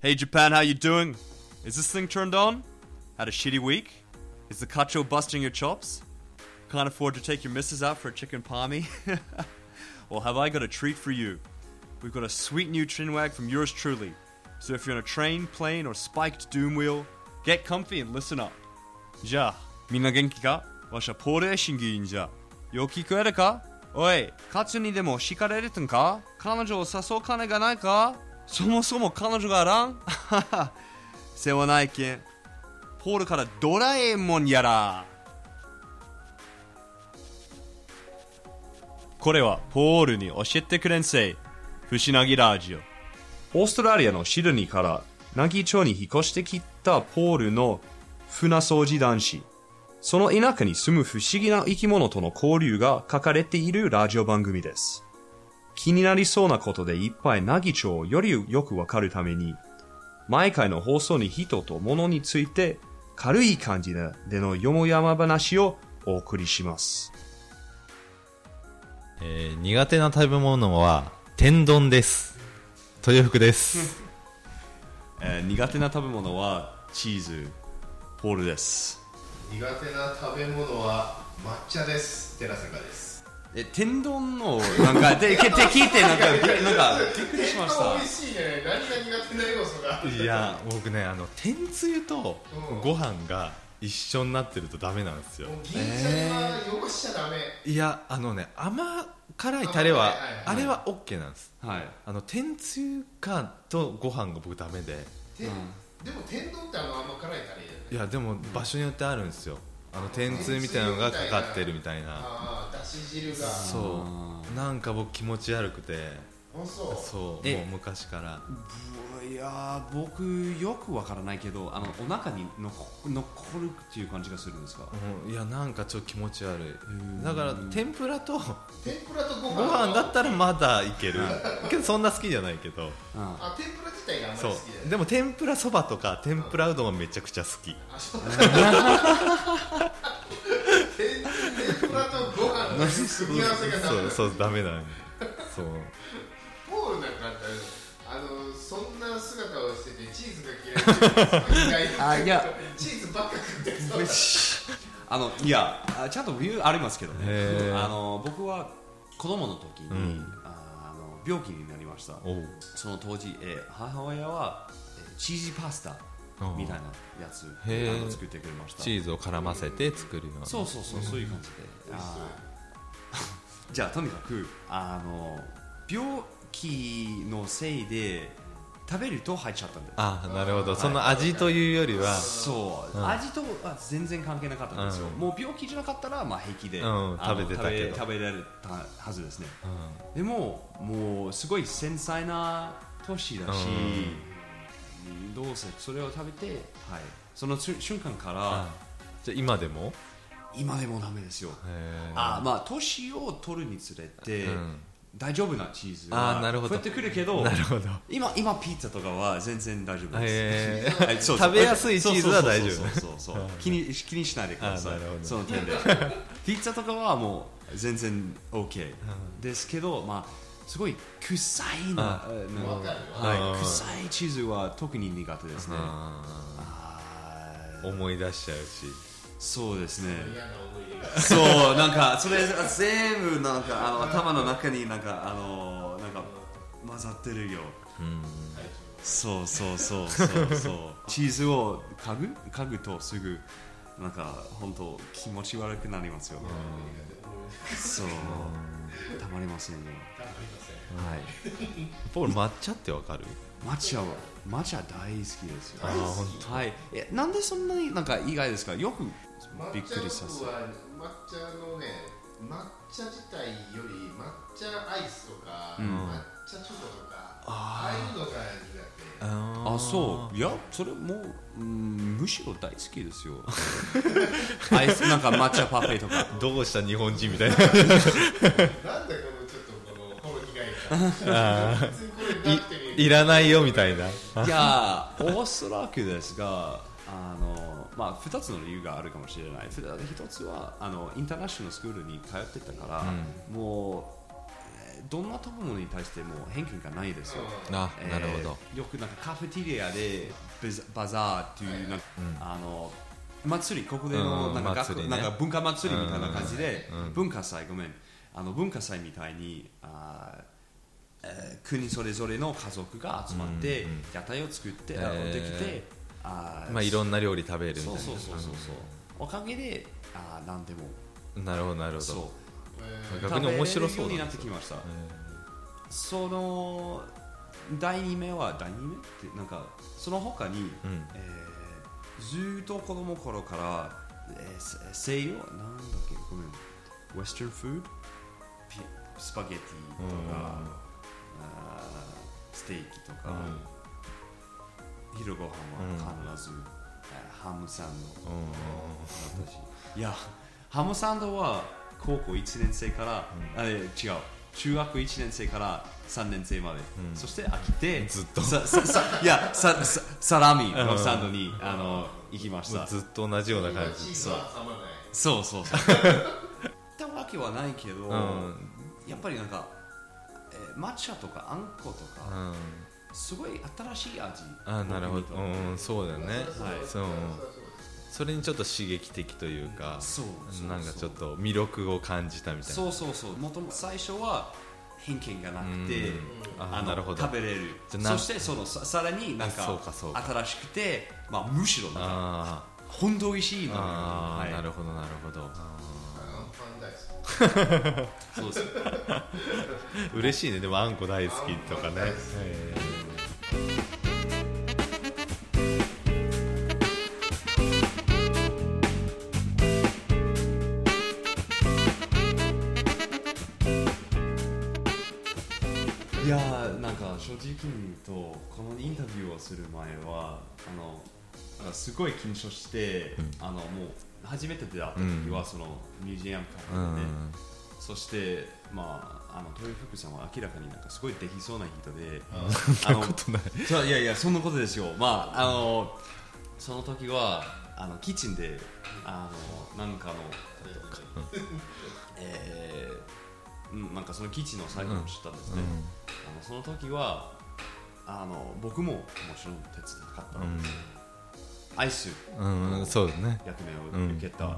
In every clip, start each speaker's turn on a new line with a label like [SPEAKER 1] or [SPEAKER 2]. [SPEAKER 1] Hey Japan, how you doing? Is this thing turned on? Had a shitty week? Is the cacho busting your chops? Can't afford to take your missus out for a chicken palmy? well, have I got a treat for you? We've got a sweet new chin wag from yours truly. So if you're on a train, plane, or spiked doom wheel, get comfy and listen up. じゃあ、みんな元気かわしはポーレーシングいいんじゃ。よき食えるかおい、カツにでも敷かれるとんか彼女を誘う金がないかそもそも彼女があらん 世話ないけん。ポールからドラえもんやら。これはポールに教えてくれんせい。ふしなぎラジオ。オーストラリアのシドニーからナギ町に引っ越してきたポールの船掃除男子。その田舎に住む不思議な生き物との交流が書かれているラジオ番組です。気になりそうなことでいっぱいナギ町をよりよくわかるために、毎回の放送に人と物について軽い感じでのよもやま話をお送りします。
[SPEAKER 2] えー苦手な食べ物は天丼です豊福です
[SPEAKER 1] えー苦手な食べ物はチーズ、ポールです。
[SPEAKER 3] 苦手な食べ物は抹茶です寺坂です
[SPEAKER 1] え、天丼の、なんか、で、けって聞いて、なんか、びなんか、びっくりしました
[SPEAKER 3] 美味。しいね何が苦手な要素が
[SPEAKER 2] いや僕ねあの天つゆと
[SPEAKER 3] うん
[SPEAKER 2] ご飯が一緒になってるとダメなんですよ
[SPEAKER 3] もう銀シャリは汚しちゃダメ、
[SPEAKER 2] いやあのね甘辛いタレは
[SPEAKER 3] 甘辛
[SPEAKER 2] あれ
[SPEAKER 3] いはい
[SPEAKER 2] は OK なんです
[SPEAKER 1] はい。
[SPEAKER 2] あの天つゆかとご飯が僕ダメで
[SPEAKER 3] てでも天丼ってあの甘辛いタレじゃない
[SPEAKER 2] いやでも場所によってあるんですよあの天つゆみたいなのがかかってるみたいな
[SPEAKER 3] ああだし汁があ
[SPEAKER 2] そうなんか僕気持ち悪くて
[SPEAKER 3] そう
[SPEAKER 2] そう
[SPEAKER 1] え
[SPEAKER 2] もう昔から
[SPEAKER 1] いやー僕よくわからないけどあのお腹にのこ残るっていう感じがするんですか
[SPEAKER 2] うん、いやなんかちょっと気持ち悪
[SPEAKER 1] ん
[SPEAKER 2] いだから天ぷらと
[SPEAKER 3] 天ぷらとご
[SPEAKER 2] ご
[SPEAKER 3] 飯
[SPEAKER 2] 飯だったらまだいけるけどそんな好きじゃないけど
[SPEAKER 1] うん
[SPEAKER 3] あ天ぷら自体があんま
[SPEAKER 2] そ
[SPEAKER 3] り好きじゃ
[SPEAKER 2] う
[SPEAKER 3] ない
[SPEAKER 2] でも天ぷらそばとか天ぷらうどんはめちゃくちゃ好き
[SPEAKER 3] あそう 天天ぷらとご飯の組み合わせがダメ
[SPEAKER 2] そ
[SPEAKER 3] だ
[SPEAKER 2] うそうダメなのそう
[SPEAKER 3] ポールなんかあったらあのそんな姿をしててチーズが嫌いで
[SPEAKER 1] あいや
[SPEAKER 3] チーズばっか食ってそうだ
[SPEAKER 1] あのいやあちゃんと理由ありますけどね
[SPEAKER 2] へー
[SPEAKER 1] あの僕は子供の時に、
[SPEAKER 2] うん
[SPEAKER 1] ああの病気になりました
[SPEAKER 2] おう
[SPEAKER 1] その当時、えー母親は、えーチーズパスタみたいなやつあ
[SPEAKER 2] へー
[SPEAKER 1] の作ってくれました
[SPEAKER 2] チーズを絡ませて作るような
[SPEAKER 1] そうそうそう、そういう感じで。あーじゃあとにかくあの病気のせいで食べると入っちゃったんだよ。
[SPEAKER 2] あなるほど
[SPEAKER 3] はい
[SPEAKER 2] その味というよりは
[SPEAKER 1] そう、
[SPEAKER 2] うん
[SPEAKER 1] 味とは全然関係なかったんですよ、
[SPEAKER 2] うん
[SPEAKER 1] もう病気じゃなかったら、まあ、平気で、
[SPEAKER 2] うん
[SPEAKER 1] あの
[SPEAKER 2] 食べてたけど
[SPEAKER 1] 食べ食べられたはずですね
[SPEAKER 2] うん
[SPEAKER 1] でももうすごい繊細な年だし、どうせそれを食べて、はい、その瞬瞬間から、
[SPEAKER 2] あじゃあ今でも
[SPEAKER 1] 今でもダメですよ
[SPEAKER 2] へー
[SPEAKER 1] あーまあ年を取るにつれて、
[SPEAKER 2] うん
[SPEAKER 1] 大丈夫なチーズ
[SPEAKER 2] あーなるほ
[SPEAKER 1] 増
[SPEAKER 2] ど
[SPEAKER 1] えてくるけど
[SPEAKER 2] なるほど
[SPEAKER 1] 今今ピッツァとかは全然大丈夫で
[SPEAKER 2] へ
[SPEAKER 1] す、 はいそうそう
[SPEAKER 2] 食べやすいチーズは大丈夫
[SPEAKER 1] そうそうそうそうそ う気に気にしないでください
[SPEAKER 2] あーなるほど
[SPEAKER 1] その点 でピッツァとかはもう全然 OK ですけど、まあ、すごい臭いな
[SPEAKER 2] あ
[SPEAKER 1] うん
[SPEAKER 3] わかるよ
[SPEAKER 1] は
[SPEAKER 2] う
[SPEAKER 1] い、
[SPEAKER 2] ん
[SPEAKER 1] 臭いチーズは特に苦手ですね、
[SPEAKER 2] あ
[SPEAKER 1] あー
[SPEAKER 2] ー思い出しちゃうし
[SPEAKER 1] そうですね
[SPEAKER 3] 嫌な思い出が
[SPEAKER 1] そうなんかそれ全部なんかあの頭の中になんかあのなんか混ざってるよそうそうそうそうそうチーズを嗅ぐ嗅ぐとすぐなんか本当気持ち悪くなりますよそうたまりませんよはい
[SPEAKER 2] ポール抹茶ってわかる
[SPEAKER 1] 抹茶は抹茶大好きですよ
[SPEAKER 2] あーほん
[SPEAKER 1] はいえなんでそんなになんか意外ですかよくびっ
[SPEAKER 3] 抹茶
[SPEAKER 1] くりさ
[SPEAKER 3] 僕
[SPEAKER 1] せる
[SPEAKER 3] は抹茶のね抹茶自体より抹茶アイスとか、抹茶チョコとかああいうのが苦手
[SPEAKER 2] あ
[SPEAKER 1] あそういやそれもう、うん、むしろ大好きですよアイスなんか抹茶パフェとか
[SPEAKER 2] うどうした日本人みたいな
[SPEAKER 3] なんだこのちょっとこのほろ苦い感じ普通これだってみる
[SPEAKER 2] いらないよみたいない
[SPEAKER 1] やーおそらくですがあのまあ2つの理由があるかもしれない1つはあのインターナショナルスクールに通ってたから、もうどんな食べ物に対しても偏見がないですよ、
[SPEAKER 2] あ
[SPEAKER 1] えー
[SPEAKER 2] なるほど、
[SPEAKER 1] よくなんかカフェテリアでベザバザーっていうなんか、あの祭りここでの
[SPEAKER 2] うん
[SPEAKER 1] なんか,、
[SPEAKER 2] 祭りね
[SPEAKER 1] なんか文化祭りみたいな感じで、文化祭ごめんあの文化祭みたいにあーえー国それぞれの家族が集まって、
[SPEAKER 2] うんうん
[SPEAKER 1] 屋台を作って、
[SPEAKER 2] え
[SPEAKER 1] あ
[SPEAKER 2] ー
[SPEAKER 1] できてあー
[SPEAKER 2] まあいろんな料理食べるみたい
[SPEAKER 1] そ
[SPEAKER 2] な
[SPEAKER 1] うそうそうそうそうおかげであー何でも
[SPEAKER 2] なるほどなるほ
[SPEAKER 1] そう
[SPEAKER 2] ど
[SPEAKER 3] え
[SPEAKER 2] 逆に面白
[SPEAKER 1] 食べれるよ
[SPEAKER 2] そうう
[SPEAKER 1] に
[SPEAKER 2] だ
[SPEAKER 1] なってきましたその第2名は第2名ってなんかその他に、
[SPEAKER 2] うん
[SPEAKER 1] えーずっと子供頃から、えーせ西洋なんだっけごめんウェスタンフードピスパゲティとかあーステーキとか、昼ご飯は必ず、えーハムサンド
[SPEAKER 2] うん
[SPEAKER 1] いやハムサンドは高校1年生から、あえ違う中学1年生から3年生まで、そして飽きて
[SPEAKER 2] ずっと
[SPEAKER 1] さささいやささサラミのサンドに、あの行きまし
[SPEAKER 2] もう
[SPEAKER 1] た
[SPEAKER 2] ずっと同じような感
[SPEAKER 3] チ
[SPEAKER 2] じ
[SPEAKER 3] ーズは挟まない
[SPEAKER 1] そうそう そう行ったわけはないけど、
[SPEAKER 2] うん
[SPEAKER 1] やっぱりなんか、えー抹茶とかあんことか、
[SPEAKER 2] うん
[SPEAKER 1] すごい新しい味
[SPEAKER 2] あなるほどうんうんそうだよね
[SPEAKER 1] はい
[SPEAKER 2] そううん
[SPEAKER 3] そりゃそうです
[SPEAKER 2] それにちょっと刺激的というか
[SPEAKER 1] そうそう
[SPEAKER 2] なんか
[SPEAKER 1] そう
[SPEAKER 2] ちょっと魅力を感じたみたいな
[SPEAKER 1] そうそうそうもともと最初は偏見がなくて、
[SPEAKER 2] うんあ
[SPEAKER 1] あの
[SPEAKER 2] なるほど
[SPEAKER 1] 食べれる
[SPEAKER 2] じゃな
[SPEAKER 1] そしてそのささらになんか
[SPEAKER 2] そうかそうか
[SPEAKER 1] 新しくて、まあ、むしろなんか
[SPEAKER 2] あ
[SPEAKER 1] 本当美味しい
[SPEAKER 2] ー
[SPEAKER 1] のよ
[SPEAKER 2] あ
[SPEAKER 1] は
[SPEAKER 2] ー
[SPEAKER 1] い
[SPEAKER 2] なるほどなるほど
[SPEAKER 3] あアンパン大好き
[SPEAKER 1] そうです
[SPEAKER 2] 嬉しいねでもあんこ大好きとかね
[SPEAKER 3] あんこ大好き
[SPEAKER 2] え
[SPEAKER 1] いやーなんか正直に言うとこのインタビューをする前はあのなんかすごい緊張して、あのもう初めて出会った時は、そのミュージアム
[SPEAKER 2] ー
[SPEAKER 1] から
[SPEAKER 2] う
[SPEAKER 1] で、ね
[SPEAKER 2] ん
[SPEAKER 1] そしてまああの豊福さんは明らかになんかすごいできそうな人で、
[SPEAKER 2] そんなことない
[SPEAKER 1] そういやいやそんなことですよまああのその時はあのキッチンであのなんかの、えーうんなんかそのキッチンの作業をしてたんですね、あのその時はあの僕ももちろん手伝いたかったので、アイス
[SPEAKER 2] うんうんそうだね
[SPEAKER 1] 役
[SPEAKER 2] う
[SPEAKER 1] 目を
[SPEAKER 2] ん
[SPEAKER 1] 受けた、
[SPEAKER 2] うん
[SPEAKER 1] あ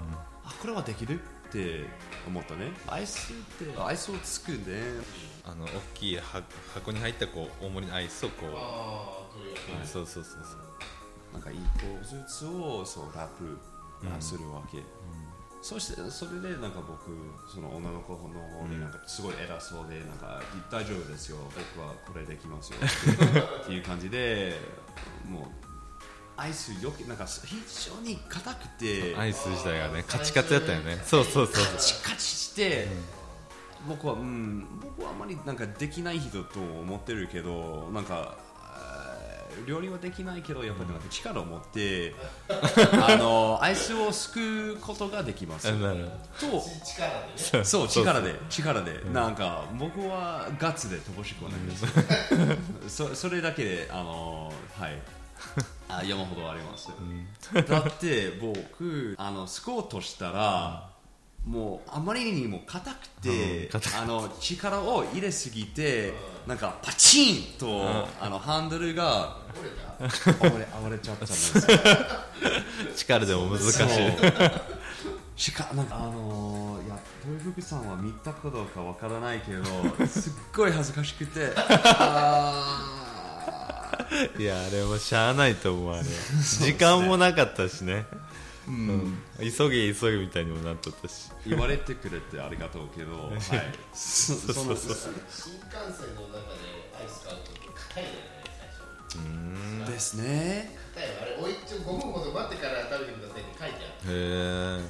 [SPEAKER 1] これはできるって思ったねアイスってアイスを作るね
[SPEAKER 2] あの大きい箱箱に入ったこう大盛りのアイスをこう
[SPEAKER 3] ああとりあえ
[SPEAKER 2] そうそうそうそう
[SPEAKER 1] なんか一個ずつをそうラップあするわけ、そしてそれでなんか僕その女の子の方になんかすごい偉そうでなんか大丈夫ですよ僕はこれできますよ っていう感じでもうアイスよくなんか非常に硬くて
[SPEAKER 2] アイス自体がねカチカチだったよねそうそうそう
[SPEAKER 1] カチカチして、僕はうん僕はあんまりなんかできない人と思ってるけどなんかあー料理はできないけどやっぱりなんか力を持 って、あのアイスをすくうことができます
[SPEAKER 2] あなる
[SPEAKER 1] と
[SPEAKER 2] ほ
[SPEAKER 3] ず力でね
[SPEAKER 1] そう
[SPEAKER 2] そう
[SPEAKER 1] 力で力で、なんか僕はガッツで乏しくはない です、そそれだけであのはいあ山ほどあります、だって僕あのスコートしたら、もうあまりにも硬くて、
[SPEAKER 2] うん硬くて
[SPEAKER 1] あの力を入れすぎて、なんかパチンと、あのハンドルが
[SPEAKER 3] 折れた
[SPEAKER 1] あ折れあ折れちゃったんですよ
[SPEAKER 2] ど力でも難しい
[SPEAKER 1] いしかなんかあのー、いや豊福さんは見たかどうかわからないけどすっごい恥ずかしくてあー
[SPEAKER 2] いやあれもしゃあないと思うあれ時間もなかったしねうん急げ急げみたいにもなっとったし
[SPEAKER 1] 言われてくれてありがとうけど、はい、そその
[SPEAKER 3] 新幹線の中でアイス買うと硬いよね最初
[SPEAKER 1] ですね
[SPEAKER 3] 硬いよあれおいちょ5分ほど待ってから食べてくださいって書いてある
[SPEAKER 2] へ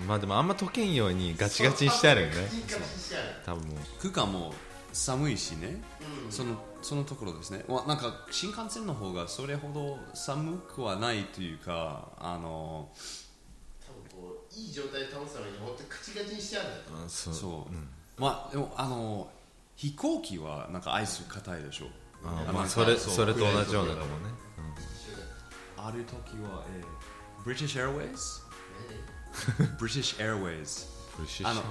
[SPEAKER 2] えまあでもあんま溶けんようにガチガチにしてあるよね
[SPEAKER 3] ガチガチにしてある
[SPEAKER 2] 多分
[SPEAKER 1] 空間も寒いしね、そのそのところですねわなんか新幹線の方がそれほど寒くはないというかあの
[SPEAKER 3] 多分こういい状態で倒すためにほんとガチガチにしてあるんだよ
[SPEAKER 2] そ
[SPEAKER 1] そう、まあでもあの飛行機はなんかアイス硬いでしょ
[SPEAKER 2] あ
[SPEAKER 1] の
[SPEAKER 2] まあそれ
[SPEAKER 1] う
[SPEAKER 2] それと同じようなのもね
[SPEAKER 1] ある時は、えー、British Airways
[SPEAKER 3] ね
[SPEAKER 1] British Airways
[SPEAKER 2] プルシ
[SPEAKER 1] あの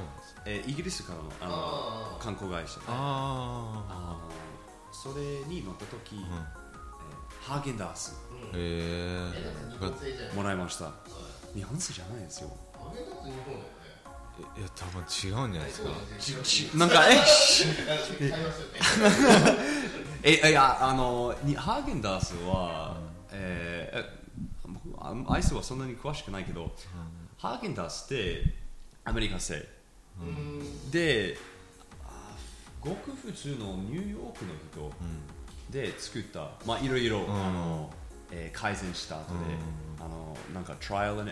[SPEAKER 1] えーイギリスからのあの
[SPEAKER 3] あー
[SPEAKER 1] 観光会社であ
[SPEAKER 2] あ
[SPEAKER 1] のそれに乗った時、
[SPEAKER 2] あ
[SPEAKER 1] えーハーゲンダース
[SPEAKER 3] うん
[SPEAKER 2] へえ
[SPEAKER 3] えなんか日本製じゃない
[SPEAKER 1] もらいました
[SPEAKER 3] はい
[SPEAKER 1] 日本製じゃないですよ
[SPEAKER 3] 揚げたつ日本だよね
[SPEAKER 2] いや多分違うんじゃないですか
[SPEAKER 3] ち
[SPEAKER 1] なんかえ
[SPEAKER 3] 買いますよね
[SPEAKER 1] えいやあのにハーゲンダースは、えーえ僕あアイスはそんなに詳しくないけど、ハーゲンダースってアメリカ製
[SPEAKER 3] うん
[SPEAKER 1] であごく普通のニューヨークの人で作った、まあいろいろ、あのえー改善した後で、あのなんか trial and error
[SPEAKER 2] うんうんうん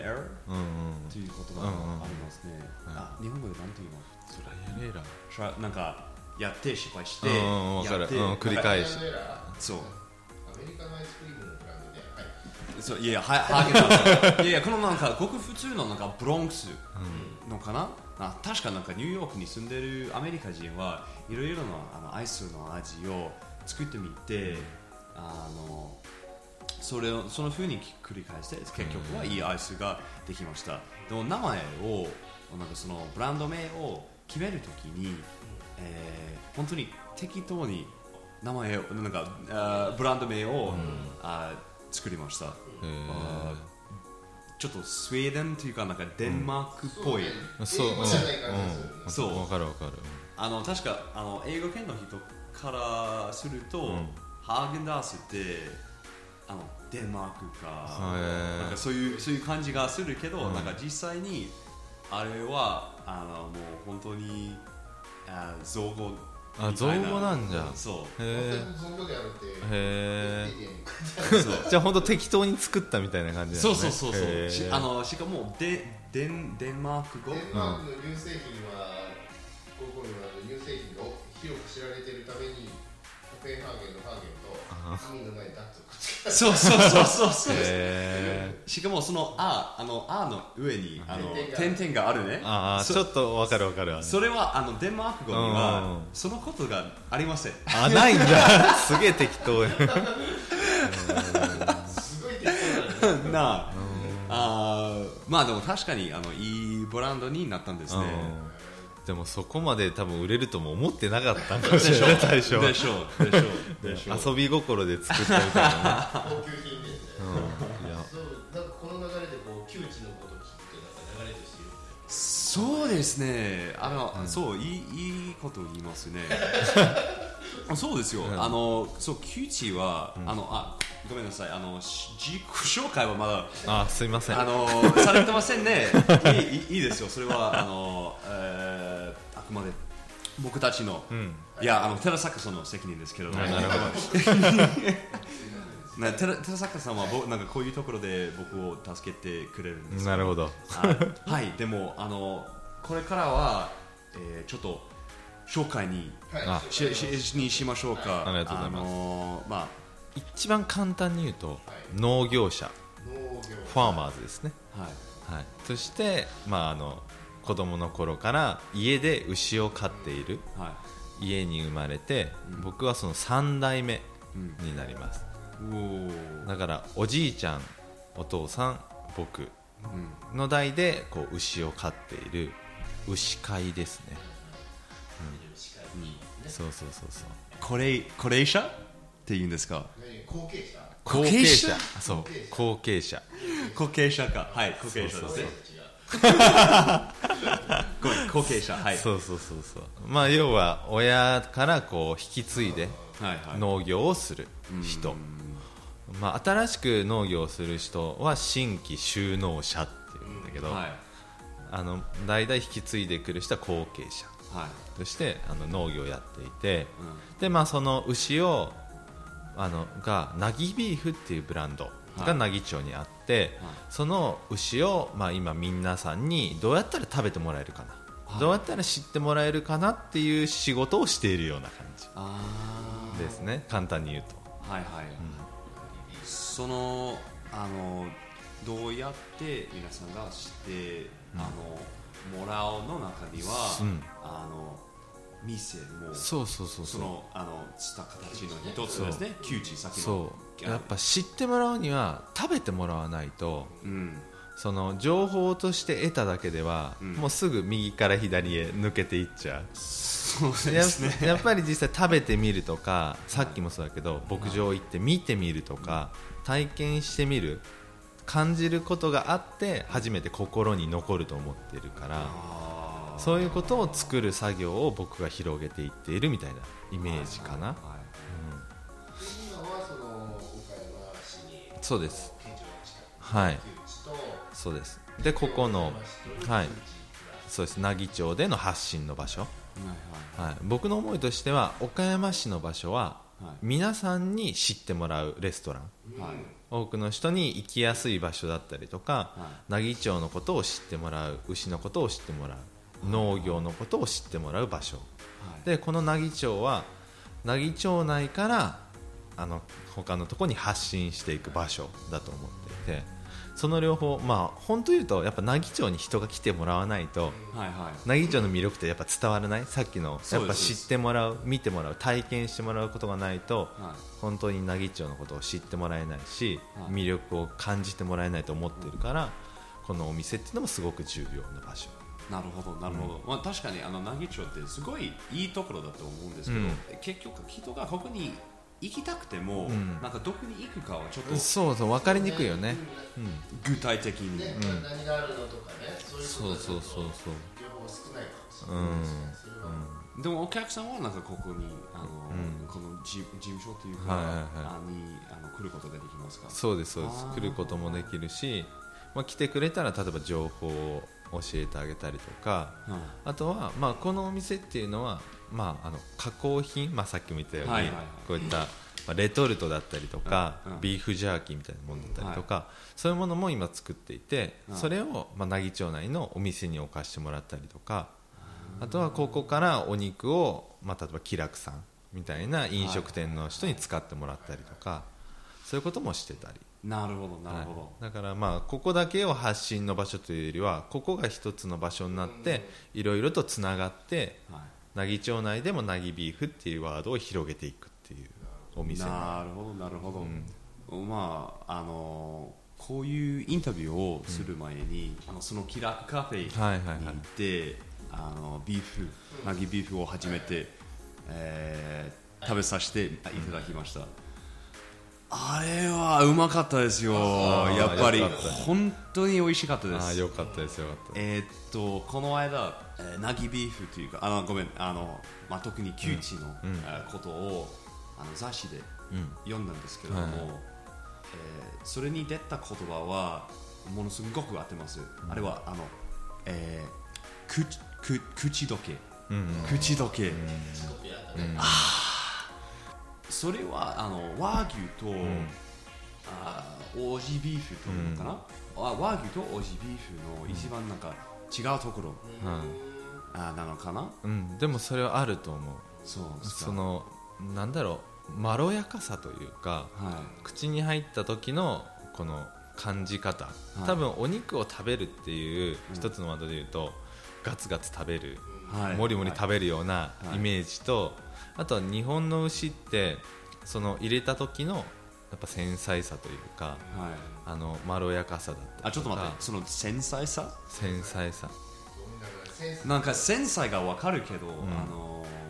[SPEAKER 1] という言葉
[SPEAKER 2] うんうん
[SPEAKER 1] がありますね、
[SPEAKER 2] うん
[SPEAKER 1] あ日本語でなんて言うの
[SPEAKER 2] それやれら
[SPEAKER 1] Tri- なんかやって失敗して、
[SPEAKER 2] うんうんわかる
[SPEAKER 1] やって、
[SPEAKER 2] うん繰り返し
[SPEAKER 3] アメリカのやら
[SPEAKER 1] そう
[SPEAKER 3] アメリカのアイスクリームのブランドねはい
[SPEAKER 1] そういやいやはハーゲンダッツいやいやこのなんかごく普通のなんかブロンクスのかな、あ確かなんかニューヨークに住んでるアメリカ人はいろいろなあのアイスの味を作ってみて、あのそれをその風に繰り返して結局はいいアイスができました、でも名前をなんかそのブランド名を決めるときに、えー本当に適当に名前をなんかあーブランド名を、あー作りました、
[SPEAKER 2] へ
[SPEAKER 1] あーちょっとスウェーデンというかなんかデンマークっぽい、
[SPEAKER 2] えそううん
[SPEAKER 3] 英語じゃない感じがする
[SPEAKER 2] うん
[SPEAKER 1] そう
[SPEAKER 2] わかるわかる
[SPEAKER 1] あの確かあの英語圏の人からすると、
[SPEAKER 2] ん
[SPEAKER 1] ハーゲンダースってあのデンマークか,、
[SPEAKER 2] へー
[SPEAKER 1] なんかそういうそういう感じがするけど、
[SPEAKER 2] うん
[SPEAKER 1] なんか実際にあれはあのもう本当にあー造語みたいな
[SPEAKER 2] あ造語なんじゃ
[SPEAKER 1] そ
[SPEAKER 2] へ
[SPEAKER 3] 本当にゾンでやるって
[SPEAKER 2] えへえ
[SPEAKER 3] メディアに
[SPEAKER 1] う そう
[SPEAKER 2] じゃあ本当適当に作ったみたいな感じなん
[SPEAKER 1] そう
[SPEAKER 2] です
[SPEAKER 1] そうそ
[SPEAKER 2] ね
[SPEAKER 1] うそう、
[SPEAKER 2] へー
[SPEAKER 1] しあのしかもデデンデンマーク語、
[SPEAKER 3] デンマークの乳製品は、高校のあの乳製品が広く知られているために、コペンハーゲンのハーゲンと、海の前にダッツをくっつけ
[SPEAKER 1] そうそう そうそうそう、
[SPEAKER 2] へ
[SPEAKER 1] しかもその「あ」あの「あ」の上にあの点
[SPEAKER 3] 点
[SPEAKER 1] 々があるね
[SPEAKER 2] ーああ
[SPEAKER 1] そ
[SPEAKER 2] ちょっとわかるわかるわ
[SPEAKER 1] それはあのデンマーク語に
[SPEAKER 2] うんうん
[SPEAKER 1] はそのことがありません
[SPEAKER 2] あない んだすげえ適当や
[SPEAKER 3] たすごい適当なの
[SPEAKER 1] なああーまあでも確かにあのいいブランドになったんですね
[SPEAKER 2] うんでもそこまで多分売れるとも思ってなかったんかもしれない最初
[SPEAKER 1] でしょうでしょうでしょう
[SPEAKER 2] 遊び心で作ったみたいなね、
[SPEAKER 3] 高級品ですね。
[SPEAKER 2] うん、いや
[SPEAKER 3] そう、なんかこの流れでこう、窮地のことを聞くと、なんか流れとしているんだよ。
[SPEAKER 1] そうですねあの、そういいいいことを言います ねあそうですよ、
[SPEAKER 2] ん
[SPEAKER 1] あのそうキューチーは、あのあごめんなさいあのし自己紹介はまだ
[SPEAKER 2] あすいません
[SPEAKER 1] あの ーされてませんねいいいいいいですよそれはあのー、えーあくまで僕たちの、
[SPEAKER 2] うん
[SPEAKER 1] いやあの寺坂さんの責任ですけれども、
[SPEAKER 2] あなるほ
[SPEAKER 1] な寺寺坂さんは僕なんかこういうところで僕を助けてくれるんです
[SPEAKER 2] どなるほど
[SPEAKER 1] あはいでもあのこれからは、えーちょっと紹介に
[SPEAKER 2] あ
[SPEAKER 3] はい、
[SPEAKER 1] ししにしましょうか
[SPEAKER 2] ありがとうございます
[SPEAKER 1] のーま
[SPEAKER 2] 一番簡単に言うと、
[SPEAKER 3] い
[SPEAKER 2] 農業者
[SPEAKER 3] 農業。
[SPEAKER 2] ファーマーズですね、
[SPEAKER 1] あはい
[SPEAKER 2] はい、そして、まあ、あの子供の頃から家で牛を飼っている
[SPEAKER 1] は
[SPEAKER 2] 家に生まれて、僕はその3代目になります、
[SPEAKER 1] いおー
[SPEAKER 2] だからおじいちゃんお父さん僕の代でこう牛を飼っている牛飼いですね、うん、そうそうそうそう
[SPEAKER 1] これこれ医者って言うんですか
[SPEAKER 3] 何後継者
[SPEAKER 1] 後継者
[SPEAKER 2] そう後継者
[SPEAKER 1] 後継者かはい後継者ですねごめん後継者はい
[SPEAKER 2] そうそうそうそうまあ要は親からこう引き継いで
[SPEAKER 1] はいはい
[SPEAKER 2] 農業をする人、まあ、新しく農業をする人は新規就農者っていうんだけど、
[SPEAKER 1] はい
[SPEAKER 2] あの代々引き継いでくる人は後継者
[SPEAKER 1] はい
[SPEAKER 2] としてあの農業をやっていて、
[SPEAKER 1] う
[SPEAKER 2] でまあその牛をあのがなぎビーフっていうブランド
[SPEAKER 1] は
[SPEAKER 2] が
[SPEAKER 1] い
[SPEAKER 2] なぎ町にあって、
[SPEAKER 1] はい
[SPEAKER 2] その牛を、まあ、今皆さんにどうやったら食べてもらえるかな、
[SPEAKER 1] はい
[SPEAKER 2] どうやったら知ってもらえるかなっていう仕事をしているような感じ
[SPEAKER 1] あ
[SPEAKER 2] ですね簡単に言うと
[SPEAKER 1] あはいはい、そのあのどうやって皆さんが知って、あのもらうの中には、
[SPEAKER 2] うん
[SPEAKER 1] あの店も
[SPEAKER 2] そうそうそう
[SPEAKER 1] そ
[SPEAKER 2] そう
[SPEAKER 1] のあのした形の一つですね窮地先の
[SPEAKER 2] そうやっぱ知ってもらうには食べてもらわないと
[SPEAKER 1] うん
[SPEAKER 2] その情報として得ただけでは、もうすぐ右から左へ抜けていっちゃう
[SPEAKER 1] そう
[SPEAKER 2] ややっぱり実際食べてみるとかさっきもそうだけど牧場行って見てみるとか体験してみる感じることがあって初めて心に残ると思ってるからそういうことを作る作業を僕が広げていっているみたいなイメージかな
[SPEAKER 3] 今はその岡山市に
[SPEAKER 2] そうです
[SPEAKER 3] 県庁の近く
[SPEAKER 2] はい
[SPEAKER 3] 旧地と
[SPEAKER 2] そうですでここのはい
[SPEAKER 3] 旧地
[SPEAKER 2] そうです奈義町での発信の場所
[SPEAKER 1] はい
[SPEAKER 2] はい、僕の思いとしては岡山市の場所は、
[SPEAKER 1] はい
[SPEAKER 2] 皆さんに知ってもらうレストラン
[SPEAKER 1] はいはい
[SPEAKER 2] 多くの人に行きやすい場所だったりとか、
[SPEAKER 1] は
[SPEAKER 2] 奈義町のことを知ってもらう牛のことを知ってもらう農業のことを知ってもらう場所
[SPEAKER 1] はい
[SPEAKER 2] でこの奈義町は奈義町内からあの他のとこに発信していく場所だと思っていてその両方まあ本当言うとやっぱ奈義町に人が来てもらわないと、
[SPEAKER 1] はいはい
[SPEAKER 2] 奈義町の魅力ってやっぱ伝わらないさっきの
[SPEAKER 1] そ
[SPEAKER 2] や
[SPEAKER 1] う
[SPEAKER 2] っ
[SPEAKER 1] です
[SPEAKER 2] ぱ知ってもらう見てもらう体験してもらうことがないと
[SPEAKER 1] は
[SPEAKER 2] 本当に奈義町のことを知ってもらえないし
[SPEAKER 1] はい
[SPEAKER 2] 魅力を感じてもらえないと思ってるからこのお店っていうのもすごく重要な場所
[SPEAKER 1] いなるほどなるほど、まあ確かにあの奈義町ってすごいいいところだと思うんですけど、
[SPEAKER 2] うん
[SPEAKER 1] 結局人がここに行きたくても、
[SPEAKER 2] ん
[SPEAKER 1] なんかどこに行くかはちょっと
[SPEAKER 2] そうそう分かりにくいよね
[SPEAKER 1] 具体的に、
[SPEAKER 3] ね、何があるのとかねそういうこと
[SPEAKER 2] そうそうそうそう
[SPEAKER 3] 情報少ないかもしれ
[SPEAKER 2] う
[SPEAKER 3] ない
[SPEAKER 2] ん
[SPEAKER 3] それは思う
[SPEAKER 1] でもお客さんはなんかここにあの、この事事務所というか、
[SPEAKER 2] はいはいは
[SPEAKER 1] あにあの来ることができますか
[SPEAKER 2] そうですそうです
[SPEAKER 1] あー
[SPEAKER 2] 来ることもできるしまあ来てくれたら例えば情報を教えてあげたりとか
[SPEAKER 1] うん
[SPEAKER 2] あとは、まあ、このお店っていうのは、まあ、あの加工品、まあ、さっきも言ったように、
[SPEAKER 1] はいはいはい
[SPEAKER 2] こういった、まあ、レトルトだったりとか、
[SPEAKER 1] うんうん
[SPEAKER 2] ビーフジャーキーみたいなものだったりとか、そういうものも今作っていて、
[SPEAKER 1] うん
[SPEAKER 2] それを、まあ、奈義町内のお店に置かしてもらったりとか、あとはここからお肉を、まあ、例えば喜楽さんみたいな飲食店の人に使ってもらったりとか、そういうこともしてたり。
[SPEAKER 1] なるほどなるほど、
[SPEAKER 2] はい、だからまあここだけを発信の場所というよりはここが一つの場所になっていろいろとつながって
[SPEAKER 1] はい
[SPEAKER 2] 奈義町内でも奈義ビーフっていうワードを広げていくっていうお店
[SPEAKER 1] な
[SPEAKER 2] は
[SPEAKER 1] るほどなるほど、まああのこういうインタビューをする前に、あのその気楽カフェに行って、
[SPEAKER 2] はいはいはい
[SPEAKER 1] あのビーフナギビーフを初めて、えー食べさせていただきました、あれはうまかったですよ
[SPEAKER 2] ー
[SPEAKER 1] やっぱり
[SPEAKER 2] よかった
[SPEAKER 1] 本当に美味しかったで
[SPEAKER 2] ああ
[SPEAKER 1] す
[SPEAKER 2] よかったですよかったです
[SPEAKER 1] えーっとこの間、えー、ナギビーフというかあのごめんあの、まあ、特に窮地の、あことをあの雑誌で読んだんですけれども、
[SPEAKER 2] はい
[SPEAKER 1] えーそれに出た言葉はものすごく合ってます、あれはあの、えー、くく口どけ、口どけ、
[SPEAKER 3] コピーだったね
[SPEAKER 1] それはあの和牛と、あーオージービーフというのかな、あ和牛とオージービーフの一番なんか違うところ、あーなのかな
[SPEAKER 2] うん、でもそれはあると思
[SPEAKER 1] そう
[SPEAKER 2] う
[SPEAKER 1] ですか
[SPEAKER 2] そのなんだろうまろやかさというか
[SPEAKER 1] は
[SPEAKER 2] 口に入った時のこの感じ方、
[SPEAKER 1] い
[SPEAKER 2] 多分お肉を食べるっていう一つのワードで言うと、ガツガツ食べる
[SPEAKER 1] い、はい、
[SPEAKER 2] もりもり
[SPEAKER 1] は
[SPEAKER 2] 食べるような
[SPEAKER 1] はい
[SPEAKER 2] イメージと、あとは日本の牛ってその入れた時のやっぱ繊細さというか
[SPEAKER 1] い、はい、
[SPEAKER 2] あのまろやかさだった
[SPEAKER 1] あ
[SPEAKER 2] り
[SPEAKER 1] ちょ
[SPEAKER 2] と
[SPEAKER 1] っ
[SPEAKER 2] か
[SPEAKER 1] と待ってその繊細さ
[SPEAKER 2] 繊細さ
[SPEAKER 3] だからセンス
[SPEAKER 1] なんか繊細がわかるけど、あのー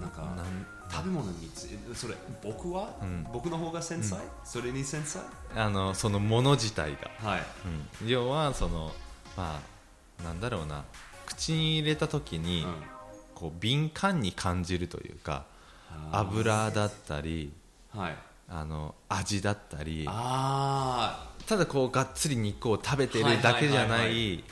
[SPEAKER 1] なんか
[SPEAKER 2] なん
[SPEAKER 1] 食べ物につそれ僕は、
[SPEAKER 2] ん
[SPEAKER 1] 僕の方が繊細、それに繊細
[SPEAKER 2] あのそのもの自体が、
[SPEAKER 1] はい
[SPEAKER 2] うん要はそのまあなんだろうな口に入れた時に、
[SPEAKER 1] うん
[SPEAKER 2] こう敏感に感じるというか
[SPEAKER 1] あ
[SPEAKER 2] 油だったり
[SPEAKER 1] ーはい
[SPEAKER 2] あの味だったり
[SPEAKER 1] あ
[SPEAKER 2] ただこうがっつり肉を食べてるだけじゃ
[SPEAKER 1] はい
[SPEAKER 2] な
[SPEAKER 1] はいはい
[SPEAKER 2] い
[SPEAKER 1] ー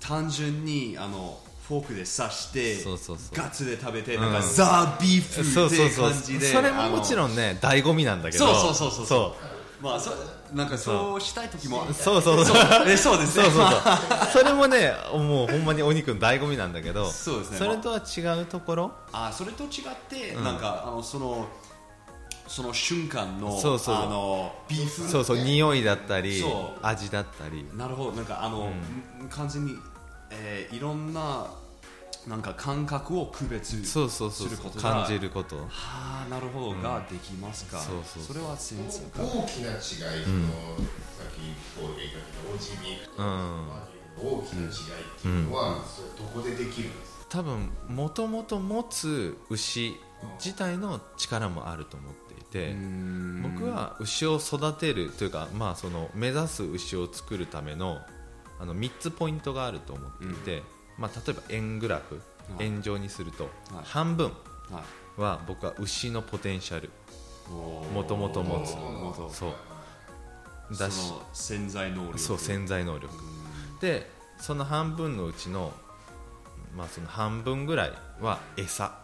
[SPEAKER 1] 単純にあのフォークで刺して
[SPEAKER 2] そうそうそう
[SPEAKER 1] ガツで食べて、
[SPEAKER 2] ん
[SPEAKER 1] なんかザ・ビーフ
[SPEAKER 2] そう
[SPEAKER 1] っ
[SPEAKER 2] そう
[SPEAKER 1] て
[SPEAKER 2] そう
[SPEAKER 1] 感じで
[SPEAKER 2] それももち
[SPEAKER 1] ん
[SPEAKER 2] ろんね醍醐味なんだけど
[SPEAKER 1] そうそうそうそう
[SPEAKER 2] そ
[SPEAKER 1] まあそなんかそうしたい時も
[SPEAKER 2] うそうそうそうそう
[SPEAKER 1] えそうです
[SPEAKER 2] そう
[SPEAKER 1] ね
[SPEAKER 2] そうそれもねもうほんまにお肉の醍醐味なんだけど
[SPEAKER 1] そうですね
[SPEAKER 2] れとは違うところ
[SPEAKER 1] あそれと違って、なんかあのそのその瞬間の
[SPEAKER 2] そうそう
[SPEAKER 1] あのビーフ
[SPEAKER 2] そうそう匂いだったり
[SPEAKER 1] そう
[SPEAKER 2] 味だったり
[SPEAKER 1] なるほどなんかあの、完全に、えーいろんな
[SPEAKER 4] なんか感覚を区別す
[SPEAKER 2] そ
[SPEAKER 4] る
[SPEAKER 2] うそうそう
[SPEAKER 4] ことが
[SPEAKER 2] 感じること
[SPEAKER 4] はあなるほどができますか、
[SPEAKER 2] そうそうそう
[SPEAKER 4] れはセンスか
[SPEAKER 3] 大きな違いその、さっきこう言ったけど OGB とか、大きな違いっていうのは、それどこでできるんですか、
[SPEAKER 2] 多分もともと持つ牛自体の力もあると思っていて、僕は牛を育てるというか、まあ、その目指す牛を作るためのあの3つポイントがあると思っていて、まあ、例えば円グラフ、
[SPEAKER 4] はい
[SPEAKER 2] 円状にすると、
[SPEAKER 4] はい
[SPEAKER 2] 半分
[SPEAKER 4] は
[SPEAKER 2] は僕は牛のポテンシャル
[SPEAKER 4] いも
[SPEAKER 2] 元々持つ
[SPEAKER 4] 元
[SPEAKER 2] そう
[SPEAKER 4] 々
[SPEAKER 2] だし
[SPEAKER 4] その潜在能力
[SPEAKER 2] そう潜在能力でその半分のうちの,、まあその半分ぐらいは餌
[SPEAKER 4] は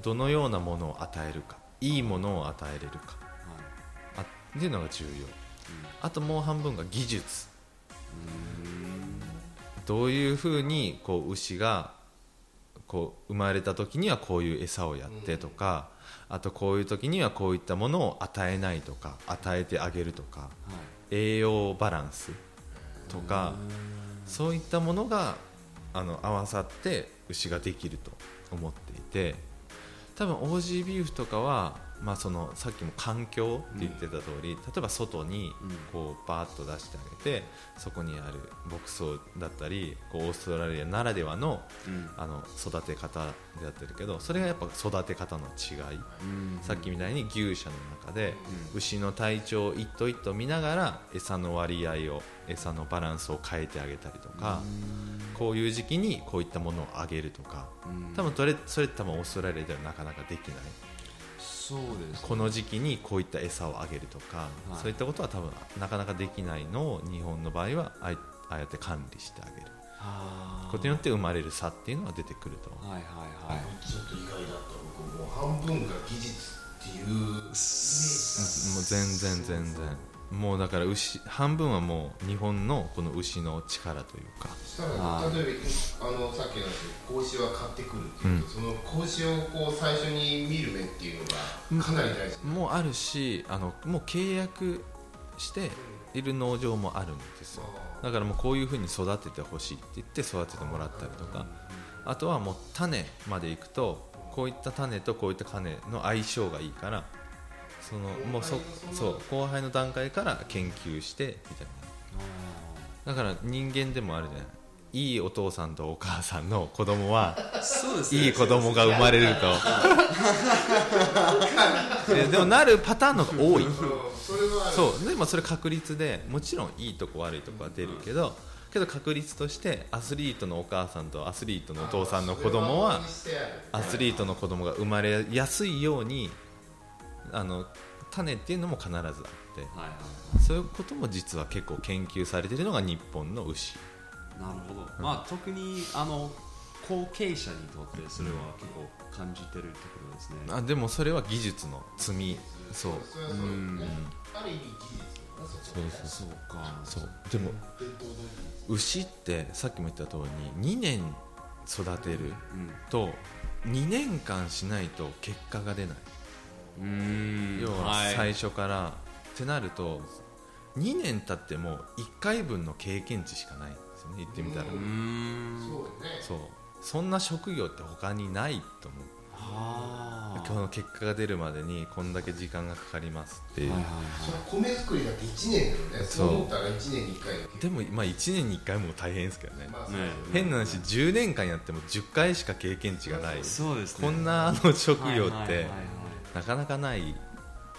[SPEAKER 4] い
[SPEAKER 2] どのようなものを与えるかいいものを与えれるか
[SPEAKER 4] はい
[SPEAKER 2] あっていうのが重要、あともう半分が技術どういうふうにこう牛がこう生まれた時にはこういう餌をやってとか、あとこういう時にはこういったものを与えないとか与えてあげるとか
[SPEAKER 4] はい
[SPEAKER 2] 栄養バランスとかそういったものがあの合わさって牛ができると思っていて多分 OG ビーフとかは、まあ、そのさっきも環境って言ってた通り、例えば外に
[SPEAKER 4] うん
[SPEAKER 2] こうバーッと出してあげてそこにある牧草だったりこうオーストラリアならではの
[SPEAKER 4] うん
[SPEAKER 2] あの育て方でやってるけどそれがやっぱ育て方の違い。
[SPEAKER 4] うん
[SPEAKER 2] さっきみたいに牛舎の中で牛の体調を一頭一頭見ながら餌の割合を餌のバランスを変えてあげたりとかこういう時期にこういったものをあげるとか
[SPEAKER 4] うん
[SPEAKER 2] 多分それそれって多分オーストラリアではなかなかできない
[SPEAKER 4] そうです
[SPEAKER 2] この時期にこういった餌をあげるとか
[SPEAKER 4] はい
[SPEAKER 2] そういったことは多分なかなかできないのを日本の場合はああいああやって管理してあげる
[SPEAKER 4] あー
[SPEAKER 2] ことによって生まれる差っていうのは出てくると思う
[SPEAKER 4] はいはいはい
[SPEAKER 3] ちょっと意外だった僕もう半分が技術っていうイメージ
[SPEAKER 2] もう全然全然もうだから牛半分はもう日本のこの牛の力というか
[SPEAKER 3] したら例えばあのさっきの格子は買ってくるっていうと、その格子をこう最初に見る目っていうのがかなり大事、
[SPEAKER 2] もうあるしあのもう契約している農場もあるんですよだからもうこういうふうに育ててほしいって言って育ててもらったりとかあとはもう種までいくとこういった種とこういった種の相性がいいからそのもうそそう後輩の段階から研究してみたいなだから人間でもあるじゃないいいお父さんとお母さんの子供は
[SPEAKER 4] あーそうですね
[SPEAKER 2] いい子供が生まれるとででもなるパターンの方が多い
[SPEAKER 3] それはある
[SPEAKER 2] そうでもそれ確率でもちろんいいとこ悪いとこは出るけどけど確率としてアスリートのお母さんとアスリートのお父さんの子供は
[SPEAKER 3] それは
[SPEAKER 2] アスリートの子供が生まれやすいようにあの種っていうのも必ずあっ
[SPEAKER 4] は
[SPEAKER 2] て
[SPEAKER 4] いはい
[SPEAKER 2] そういうことも実は結構研究されてるのが日本の牛
[SPEAKER 4] なるほど、まあ特にあの後継者にとってそれは結構感じてるところですね、
[SPEAKER 2] あでもそれは技術の積みそう
[SPEAKER 3] それはそうですねある意味技術だなそこね
[SPEAKER 4] そうか
[SPEAKER 2] そうでも
[SPEAKER 3] 伝統の技術
[SPEAKER 2] 牛ってさっきも言った通り2年育てる
[SPEAKER 4] うん
[SPEAKER 2] と2年間しないと結果が出ない、
[SPEAKER 4] うーん
[SPEAKER 2] 要は
[SPEAKER 4] はい
[SPEAKER 2] 最初から、ってなると2年経っても1回分の経験値しかないんですよね言ってみたら、
[SPEAKER 3] う
[SPEAKER 4] うーん
[SPEAKER 3] そうね
[SPEAKER 2] そうそんな職業って他にないと思う
[SPEAKER 4] あ
[SPEAKER 2] 今日の結果が出るまでにこんだけ時間がかかりますっていう、
[SPEAKER 4] ーはいはい
[SPEAKER 3] それは米作りだって1年だよね
[SPEAKER 2] そ
[SPEAKER 3] そうう思ったら1年に1回
[SPEAKER 2] でも、まあ、1年に1回も大変ですけどね
[SPEAKER 3] まあ、
[SPEAKER 4] ね
[SPEAKER 2] 変な話10年間やっても10回しか経験値がない
[SPEAKER 4] そうですね
[SPEAKER 2] こんなあの職業
[SPEAKER 4] は
[SPEAKER 2] って、
[SPEAKER 4] いはいはいはい
[SPEAKER 2] なかなかない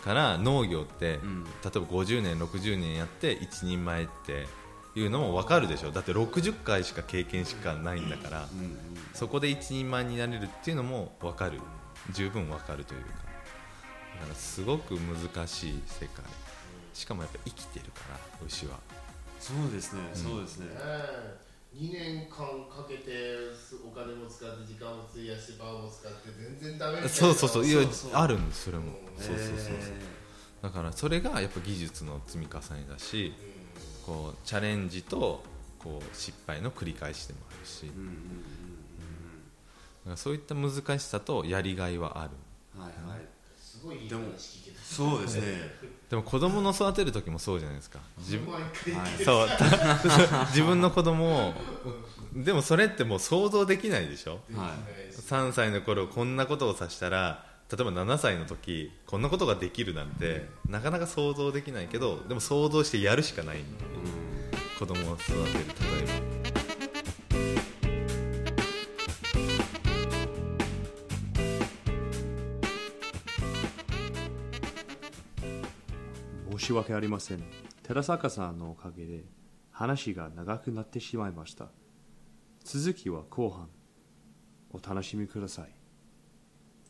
[SPEAKER 2] から農業って、
[SPEAKER 4] ん
[SPEAKER 2] 例えば50年60年やって一人前っていうのも分かるでしょだって60回しか経験しかないんだから、
[SPEAKER 4] うんうん
[SPEAKER 2] そこで一人前になれるっていうのも分かる十分分かるというかだからすごく難しい世界しかもやっぱ生きてるから牛は
[SPEAKER 4] そうですね、そうですね
[SPEAKER 3] 2年間かけてお金も使って時間も費やして場も使って全然ダメみたいな
[SPEAKER 2] そうそうそういや
[SPEAKER 4] そうそう
[SPEAKER 2] あるんですそれも、
[SPEAKER 3] うん
[SPEAKER 2] そうそうそうそう、だからそれがやっぱ技術の積み重ねだし
[SPEAKER 3] うん
[SPEAKER 2] こうチャレンジとこう失敗の繰り返しでもあるし、
[SPEAKER 4] えーうんうん
[SPEAKER 2] なんかそういった難しさとやりがいはある
[SPEAKER 4] うんうんはいはい
[SPEAKER 3] すごいいい
[SPEAKER 4] でも
[SPEAKER 3] 話聞けた
[SPEAKER 4] そうですね、
[SPEAKER 2] でも子供の育てる時もそうじゃないですか自分
[SPEAKER 3] 毎回
[SPEAKER 4] はい
[SPEAKER 2] そう 自分の子供をでもそれってもう想像できないでしょ
[SPEAKER 4] は
[SPEAKER 2] 3歳の頃こんなことをさしたら例えば7歳の時こんなことができるなんてなかなか想像できないけどでも想像してやるしかないんで子供を育てる例えば。
[SPEAKER 5] 申し訳ありません寺坂さんのおかげで話が長くなってしまいました続きは後半お楽しみください